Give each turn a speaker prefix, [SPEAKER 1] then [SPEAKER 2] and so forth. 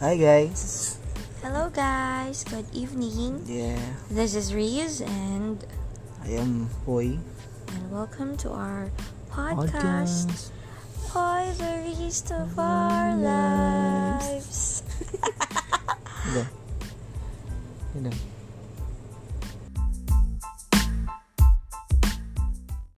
[SPEAKER 1] Hi guys.
[SPEAKER 2] Hello, guys. Good evening.
[SPEAKER 1] Yeah,
[SPEAKER 2] This is Reese, and
[SPEAKER 1] I am Hoy.
[SPEAKER 2] and welcome to our podcast, Hoy the Rest of Our Lives.
[SPEAKER 1] Udah. Udah.